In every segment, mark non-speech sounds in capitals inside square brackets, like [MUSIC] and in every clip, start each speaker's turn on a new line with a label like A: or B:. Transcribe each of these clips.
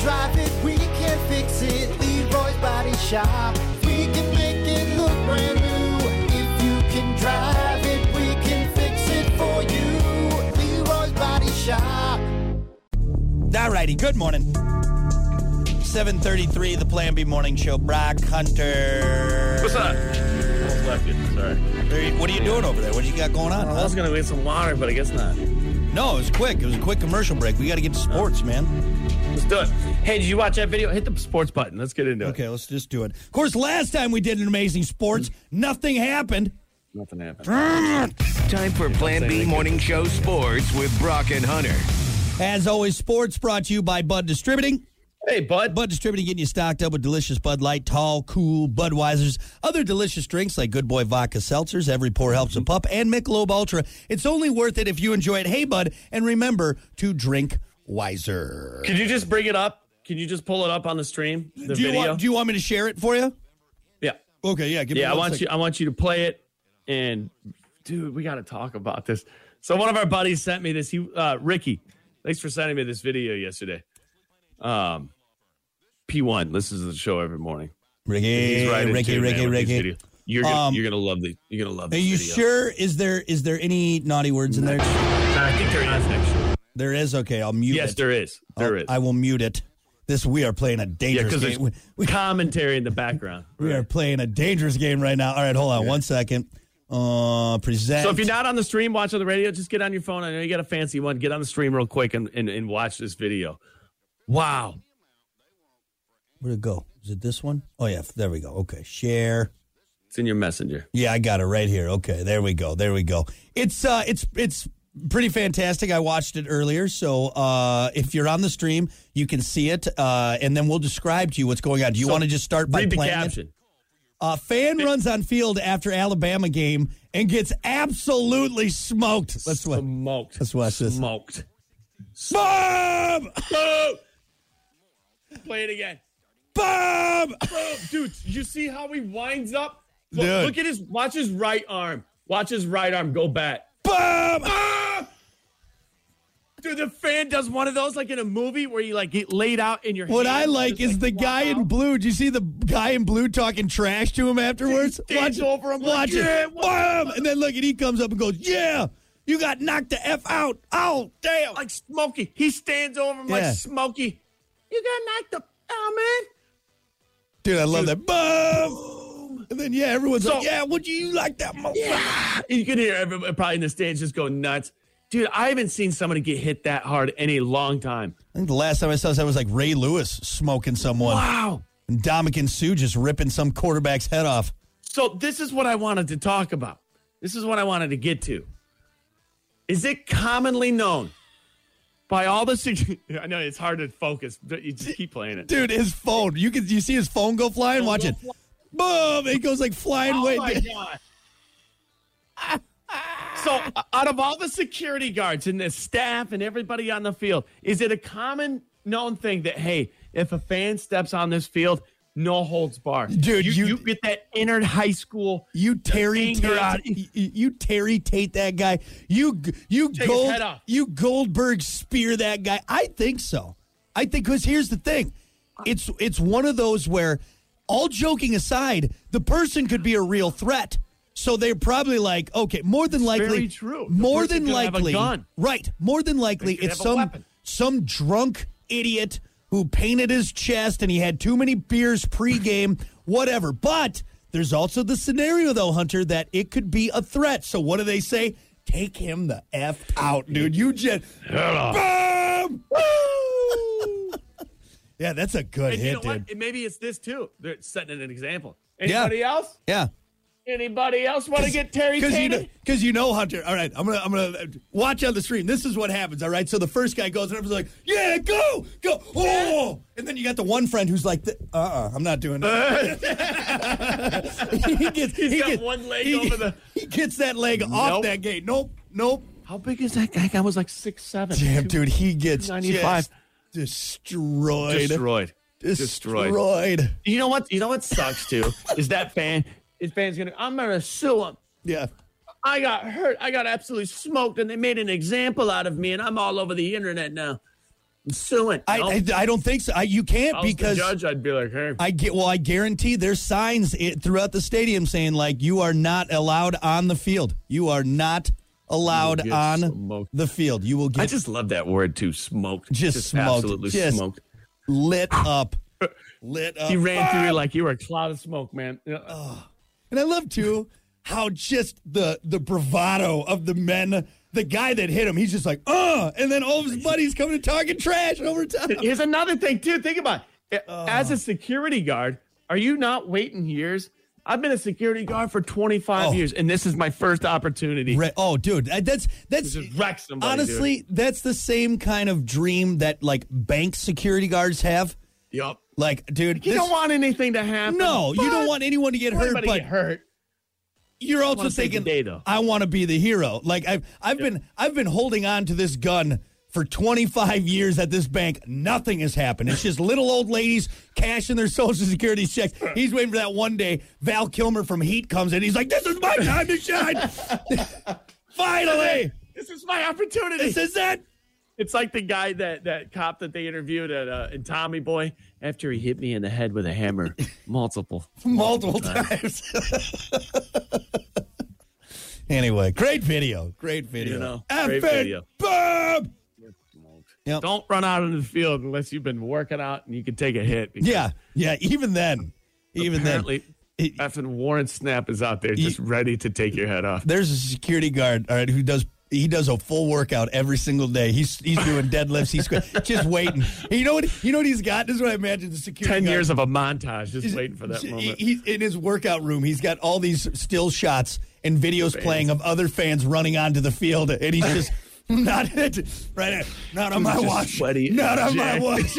A: drive it, we can fix it. Leroy's Body Shop. We can make it look brand new. If you can drive it, we can fix it for you. Leroy's Body Shop.
B: Alrighty, good morning. 7.33, the Plan B Morning Show. Brock Hunter.
C: What's up? Almost left you. Sorry.
B: There you- What are you doing over there? What do you got going on?
C: I was
B: huh?
C: gonna get some water, but I guess not.
B: No, it was quick. It was a quick commercial break. We got to get to sports, man.
C: Let's do it. Hey, did you watch that video? Hit the sports button. Let's get into it.
B: Okay, let's just do it. Of course, last time we did an amazing sports, nothing happened.
C: Nothing happened.
D: Time for Plan B Morning Show Sports with Brock and Hunter.
B: As always, sports brought to you by Bud Distributing.
C: Hey, bud.
B: Bud Distributing getting you stocked up with delicious Bud Light, tall, cool Budweisers, other delicious drinks like Good Boy Vodka Seltzers, Every Pour Helps a Pup, and Michelob Ultra. It's only worth it if you enjoy it. Hey, Bud, and remember to drink wiser.
C: Could you just bring it up? Can you just pull it up on the stream? The
B: do, you
C: video.
B: want, do you want me to share it for you?
C: yeah.
B: Okay, yeah. Give me
C: Yeah. I
B: one
C: want
B: second.
C: you. I want you to play it. And dude, we got to talk about this. So one of our buddies sent me this. He, uh, Ricky, thanks for sending me this video yesterday. Um, P1 listens to the show every morning.
B: Ricky,
C: He's right in
B: Ricky,
C: tune, man,
B: Ricky,
C: with these
B: Ricky.
C: videos. You're gonna,
B: Um,
C: you're gonna love the. You're gonna love.
B: Are
C: this
B: you
C: video.
B: sure? Is there is there any naughty words in there?
C: I think there is actually.
B: There is. Okay, I'll mute
C: Yes,
B: it.
C: there is. There
B: I'll-
C: is.
B: Oh, I will mute it. This we are playing a
C: yeah,
B: dangerous
C: because there's
B: game. We, we-
C: commentary in the background.
B: [LAUGHS] we are
C: Right.
B: playing a dangerous game right now. All right, hold on one second. Uh, present.
C: So if you're not on the stream, watch on the radio. Just get on your phone. I know you got a fancy one. Get on the stream real quick and, and, and watch this video. Wow.
B: where'd it go? Is it this one? Oh yeah, there we go. Okay, share.
C: It's in your messenger.
B: Yeah, I got it right here. Okay, there we go. There we go. It's uh it's it's pretty fantastic. I watched it earlier, so uh if you're on the stream, you can see it uh and then we'll describe to you what's going on. Do you
C: So,
B: want to just start by
C: Read the
B: playing it?
C: caption.
B: A fan runs on field after Alabama game and gets absolutely smoked. Let's what
C: Smoked.
B: Let's watch this.
C: Smoked.
B: Bob!
C: Boom! Play it again.
B: [LAUGHS] Bob!
C: Boom! Dude, you see how he winds up?
B: Look- Dude.
C: look
B: look
C: at his, watch his right arm. Watch his right arm go back.
B: Bob! Ah!
C: Dude, the fan does one of those like in a movie where you like get laid out in your.
B: What
C: hands,
B: I like
C: just,
B: is the guy in blue. Did you see the guy in blue talking trash to him afterwards?
C: He stands
B: it.
C: over him like,
B: Watch
C: "Yeah,
B: it.
C: what
B: Bob! And then look, and he comes up and goes, Yeah, you got knocked the F out. Oh, damn.
C: like Smokey. He stands over him
B: Yeah.
C: like Smokey. You got knocked up, oh man.
B: Dude, I love that. Bob! And then, yeah, everyone's
C: So-
B: like, Yeah, would you you like that? mo-"
C: You can hear everyone probably in the stands just go nuts. Dude, I haven't seen somebody get hit that hard in a long time.
B: I think the last time I saw that was like Ray Lewis smoking someone.
C: Wow.
B: and Dominican Sue just ripping some quarterback's head off.
C: So this is what I wanted to talk about. This is what I wanted to get to. Is it commonly known by all the? sec- [LAUGHS] I know it's hard to focus, but you just keep playing it.
B: Dude, his phone. You can you see his phone go flying? Watch it. Boom! It goes like flying
C: Oh
B: away.
C: my god! [LAUGHS] so, out of all the security guards and the staff and everybody on the field, is it a common known thing that hey, if a fan steps on this field, no holds barred,
B: Dude,
C: You,
B: you-
C: you, get that inner high school.
B: You Terry
C: anger
B: Tate,
C: out-
B: you, you Terry Tate that guy. You g- you
C: his
B: gold
C: head off.
B: you Goldberg spear that guy. I think so. I think because here's the thing, it's it's one of those where, all joking aside, the person could be a real threat. So they're probably like, okay, more than likely,
C: very true. The
B: more
C: person
B: than
C: could have a
B: likely,
C: gun.
B: right? More than likely,
C: could
B: it's
C: have a
B: some
C: weapon.
B: some drunk idiot who painted his chest and he had too many beers
C: [LAUGHS]
B: pregame, whatever. But there's also the scenario, though, Hunter, that it could be a threat. So what do they say? Take him the F out, dude. You just.
C: [LAUGHS]
B: Boom! [LAUGHS] Woo! yeah, that's a good
C: And
B: hit,
C: you know
B: dude.
C: what? And maybe it's this too. They're setting an example. Anybody else?
B: Yeah.
C: Anybody else want to get Terry
B: Because you,
C: Tatum?
B: know, 'cause you know, Hunter. All right, I'm gonna, I'm gonna uh, watch on the stream. This is what happens. All right, so the first guy goes, and everyone's like, "Yeah, go, go!" Oh, and then you got the one friend who's like, "Uh, uh-uh, I'm not doing that." [LAUGHS]
C: [LAUGHS]
B: he gets, he
C: got
B: gets-
C: one leg
B: he-
C: over the-
B: [LAUGHS] He gets that leg off
C: Nope.
B: that gate. Nope, nope.
C: How big is that guy? That guy was like six seven.
B: Damn, dude, he gets
C: 95.
B: just destroyed.
C: Destroyed.
B: Destroyed.
C: You know what? You know what sucks too is that fan. His fan's gonna. I'm gonna sue him.
B: Yeah.
C: I got hurt. I got absolutely smoked, and they made an example out of me, and I'm all over the internet now. I'm suing.
B: I,
C: Nope.
B: I, I don't think so. I, you can't
C: I was
B: because
C: the judge, I'd be like, hey,
B: I get well. I guarantee there's signs it, throughout the stadium saying like you are not allowed on the field. You are not allowed
C: get
B: on
C: smoked.
B: the field. You will get
C: I just love that word too. Smoked.
B: Just smoked.
C: Absolutely
B: Just-
C: smoked.
B: lit
C: [LAUGHS]
B: up, lit up.
C: He ran through you like you were a cloud of smoke, man. Yeah.
B: And I love too how just the the bravado of the men. The guy that hit him, he's just like, uh, and then all of his buddies coming and talking trash over time.
C: [LAUGHS] Here's another thing too. Think about it. as a security guard. Are you not waiting years? I've been a security guard for 25
B: Oh.
C: years, and this is my first opportunity.
B: Re- oh, dude, I- that's that's
C: Just wreck somebody,
B: honestly, that's the same kind of dream that like bank security guards have.
C: Yup.
B: Like, dude,
C: You
B: this-
C: don't want anything to happen.
B: no, you don't
C: but
B: want anyone to get hurt,
C: anybody
B: but
C: get hurt.
B: you're also
C: wanna save the
B: thinking,
C: day, though.
B: I want to be the hero. Like I've I've been I've been holding on to this gun for 25 years at this bank. Nothing has happened. It's just little old ladies cashing their social security checks. He's waiting for that one day. Val Kilmer from Heat comes in. He's like, "This is my time to shine." [LAUGHS] Finally,
C: This is my opportunity.
B: this is it.
C: It's like the guy that that cop that they interviewed at uh, in Tommy Boy after he hit me in the head with
B: [LAUGHS]
C: a hammer multiple.
B: Oh. multiple times. [LAUGHS] anyway, great video. Great video.
C: You know,
B: F
C: great
B: it,
C: video.
B: Bob! Yep.
C: Don't run out into the field unless you've been working out and you can take a hit. because
B: Yeah, yeah. Even then, even
C: apparently
B: then, it-
C: effing Warren Snap is out there just ready to take your
B: [LAUGHS]
C: head off.
B: there's a security guard. All right, who does. He does a full workout every single day. He's he's doing deadlifts. He's squ- [LAUGHS] just waiting. And you know what? You know what he's got. This is what I imagine the security.
C: Ten
B: guard-
C: years of a montage, just
B: He's-
C: waiting for that
B: he-
C: moment.
B: He's in his workout room. He's got all these still shots and videos playing of other fans running onto the field, and he's
C: [LAUGHS]
B: just not it. Right, now. not on my
C: just
B: watch.
C: sweaty
B: not
C: and
B: on my watch.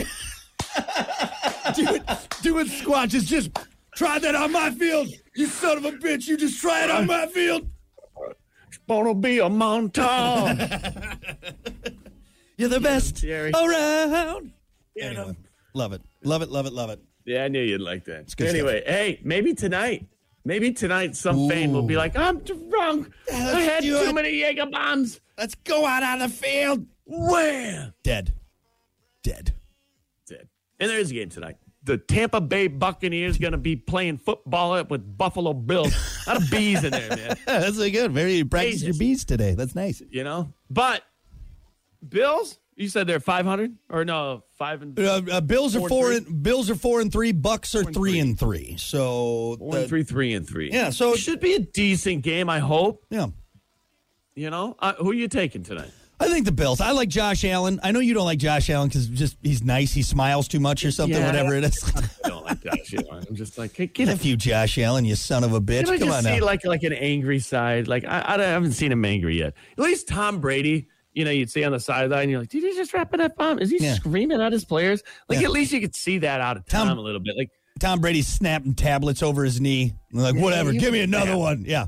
C: [LAUGHS]
B: doing, doing squats is just try that on my field. You son of a bitch! You just try it on my field.
C: Bono be a montage.
B: You're the best
C: Jerry.
B: around. Anyway, love it, love it, love it, love it.
C: [LAUGHS] yeah, I knew you'd like that.
B: good
C: anyway, hey, maybe tonight. Maybe tonight some fan will be like, I'm drunk. I had
B: do
C: too
B: it."
C: many Jaeger bombs.
B: Let's go out on the field.
C: Wham!
B: Dead, dead.
C: That's it. And there is a game tonight. The Tampa Bay Buccaneers going to be playing football up with Buffalo Bills. A lot of bees in there, man. [LAUGHS]
B: [LAUGHS] That's really good. Very you practiced your
C: Jesus.
B: beats today. That's nice.
C: You know, but Bills. You said they're five hundred or no five and
B: Uh, uh, Bills are
C: Four and
B: four
C: three.
B: and, Bills are four and three. Bucks are three
C: three.
B: and three. So
C: four and
B: uh,
C: three, three and three.
B: Yeah, so-
C: it should be a decent game. I hope.
B: yeah.
C: You know, uh, who are you taking tonight?
B: I think the Bills. I like Josh Allen. I know you don't like Josh Allen because just he's nice. He smiles too much or something.
C: Yeah.
B: Whatever it
C: [LAUGHS]
B: is.
C: I don't like that shit. I'm just like, hey, get
B: Get
C: a
B: a few Josh Allen, you son of a bitch.
C: Can I
B: Come
C: just
B: on
C: see
B: now.
C: like like an angry side? Like I, I don't- I haven't seen him angry yet. At least Tom Brady, you know, you'd see on the sideline, you're like, did he just wrap it up? Bomb? Is he
B: Yeah.
C: screaming at his players? Like
B: Yeah.
C: at least you could see that out of
B: Tom-
C: Tom, a little bit. Like
B: Tom Brady's snapping tablets over his knee. I'm like whatever.
C: you-
B: Give me another
C: yeah.
B: one. Yeah.
C: you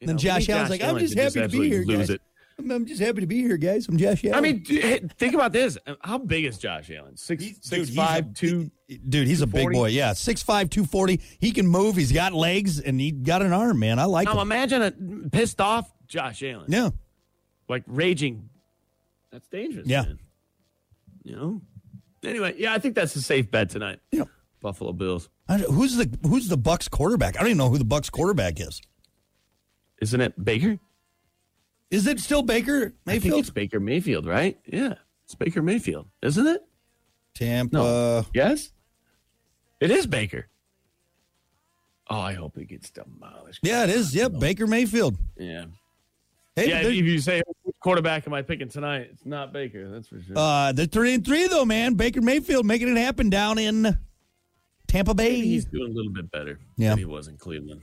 B: And then
C: know,
B: Josh
C: maybe
B: Allen's like, I'm
C: Allen
B: just
C: could
B: happy to be
C: absolutely
B: here,
C: Lose
B: guys.
C: it.
B: I'm, I'm just happy to be here, guys. I'm Josh Allen.
C: I mean, d- hey, think about this. How big is Josh Allen? Six,
B: He's-
C: six,
B: he's
C: five,
B: a-
C: two.
B: Dude, he's a big
C: 240?
B: boy. Yeah, 6'5", 240. He can move. He's got legs and he got an arm. Man, I like
C: Now
B: him.
C: imagine a pissed off Josh Allen,
B: Yeah,
C: like raging. That's dangerous.
B: Yeah.
C: man. you know. Anyway, yeah, I think that's a safe bet tonight.
B: yeah.
C: Buffalo Bills.
B: I don't- who's the who's the Bucks quarterback? I don't even know who the Bucks quarterback is.
C: Isn't it Baker?
B: Is it still Baker
C: I think it's
B: Mayfield?
C: Baker Mayfield, right? Yeah, it's Baker Mayfield, isn't it?
B: Tampa.
C: No.
B: Uh,
C: yes, it is Baker. Oh, I hope it gets demolished.
B: Yeah, it is. Yep, Baker Mayfield.
C: yeah.
B: Hey,
C: Yeah,
B: they're,
C: if you say "Which quarterback am I picking tonight, it's not Baker. That's for sure.
B: uh, they're three and three though, man. Baker Mayfield making it happen down in Tampa Bay.
C: He's doing a little bit better.
B: Yeah.
C: than he was in Cleveland.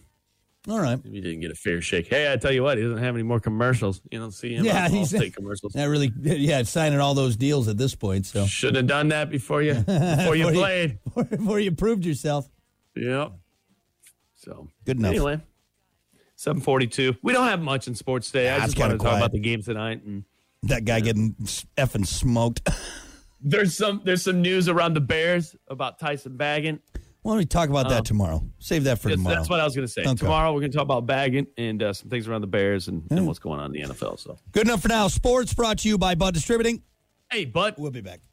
B: All right,
C: He didn't get a fair shake. Hey, I tell you what, he doesn't have any more commercials. You don't see him
B: Yeah,
C: on all
B: he's- [LAUGHS]
C: state commercials.
B: that really, yeah, it's signing all those deals at this point. So
C: Shouldn't have done that before you before
B: [LAUGHS]
C: you
B: Before you-
C: played.
B: [LAUGHS] before you proved yourself,
C: Yep. So
B: Good enough.
C: Anyway, seven forty-two. We don't have much in sports today.
B: Nah,
C: I
B: it's
C: just
B: kinda
C: wanted to talk
B: quiet.
C: about the game tonight. And
B: that guy getting effing smoked. [SIGHS]
C: there's some there's some news around the Bears about Tyson Baggin.
B: Why don't we talk about that tomorrow? Save that for
C: That's,
B: tomorrow.
C: that's what I was going to say.
B: Okay.
C: Tomorrow we're going to talk about Baggin and uh, some things around the Bears and, and what's going on in the NFL. So
B: Good enough for now. Sports brought to you by Bud Distributing.
C: hey, but
B: We'll be back.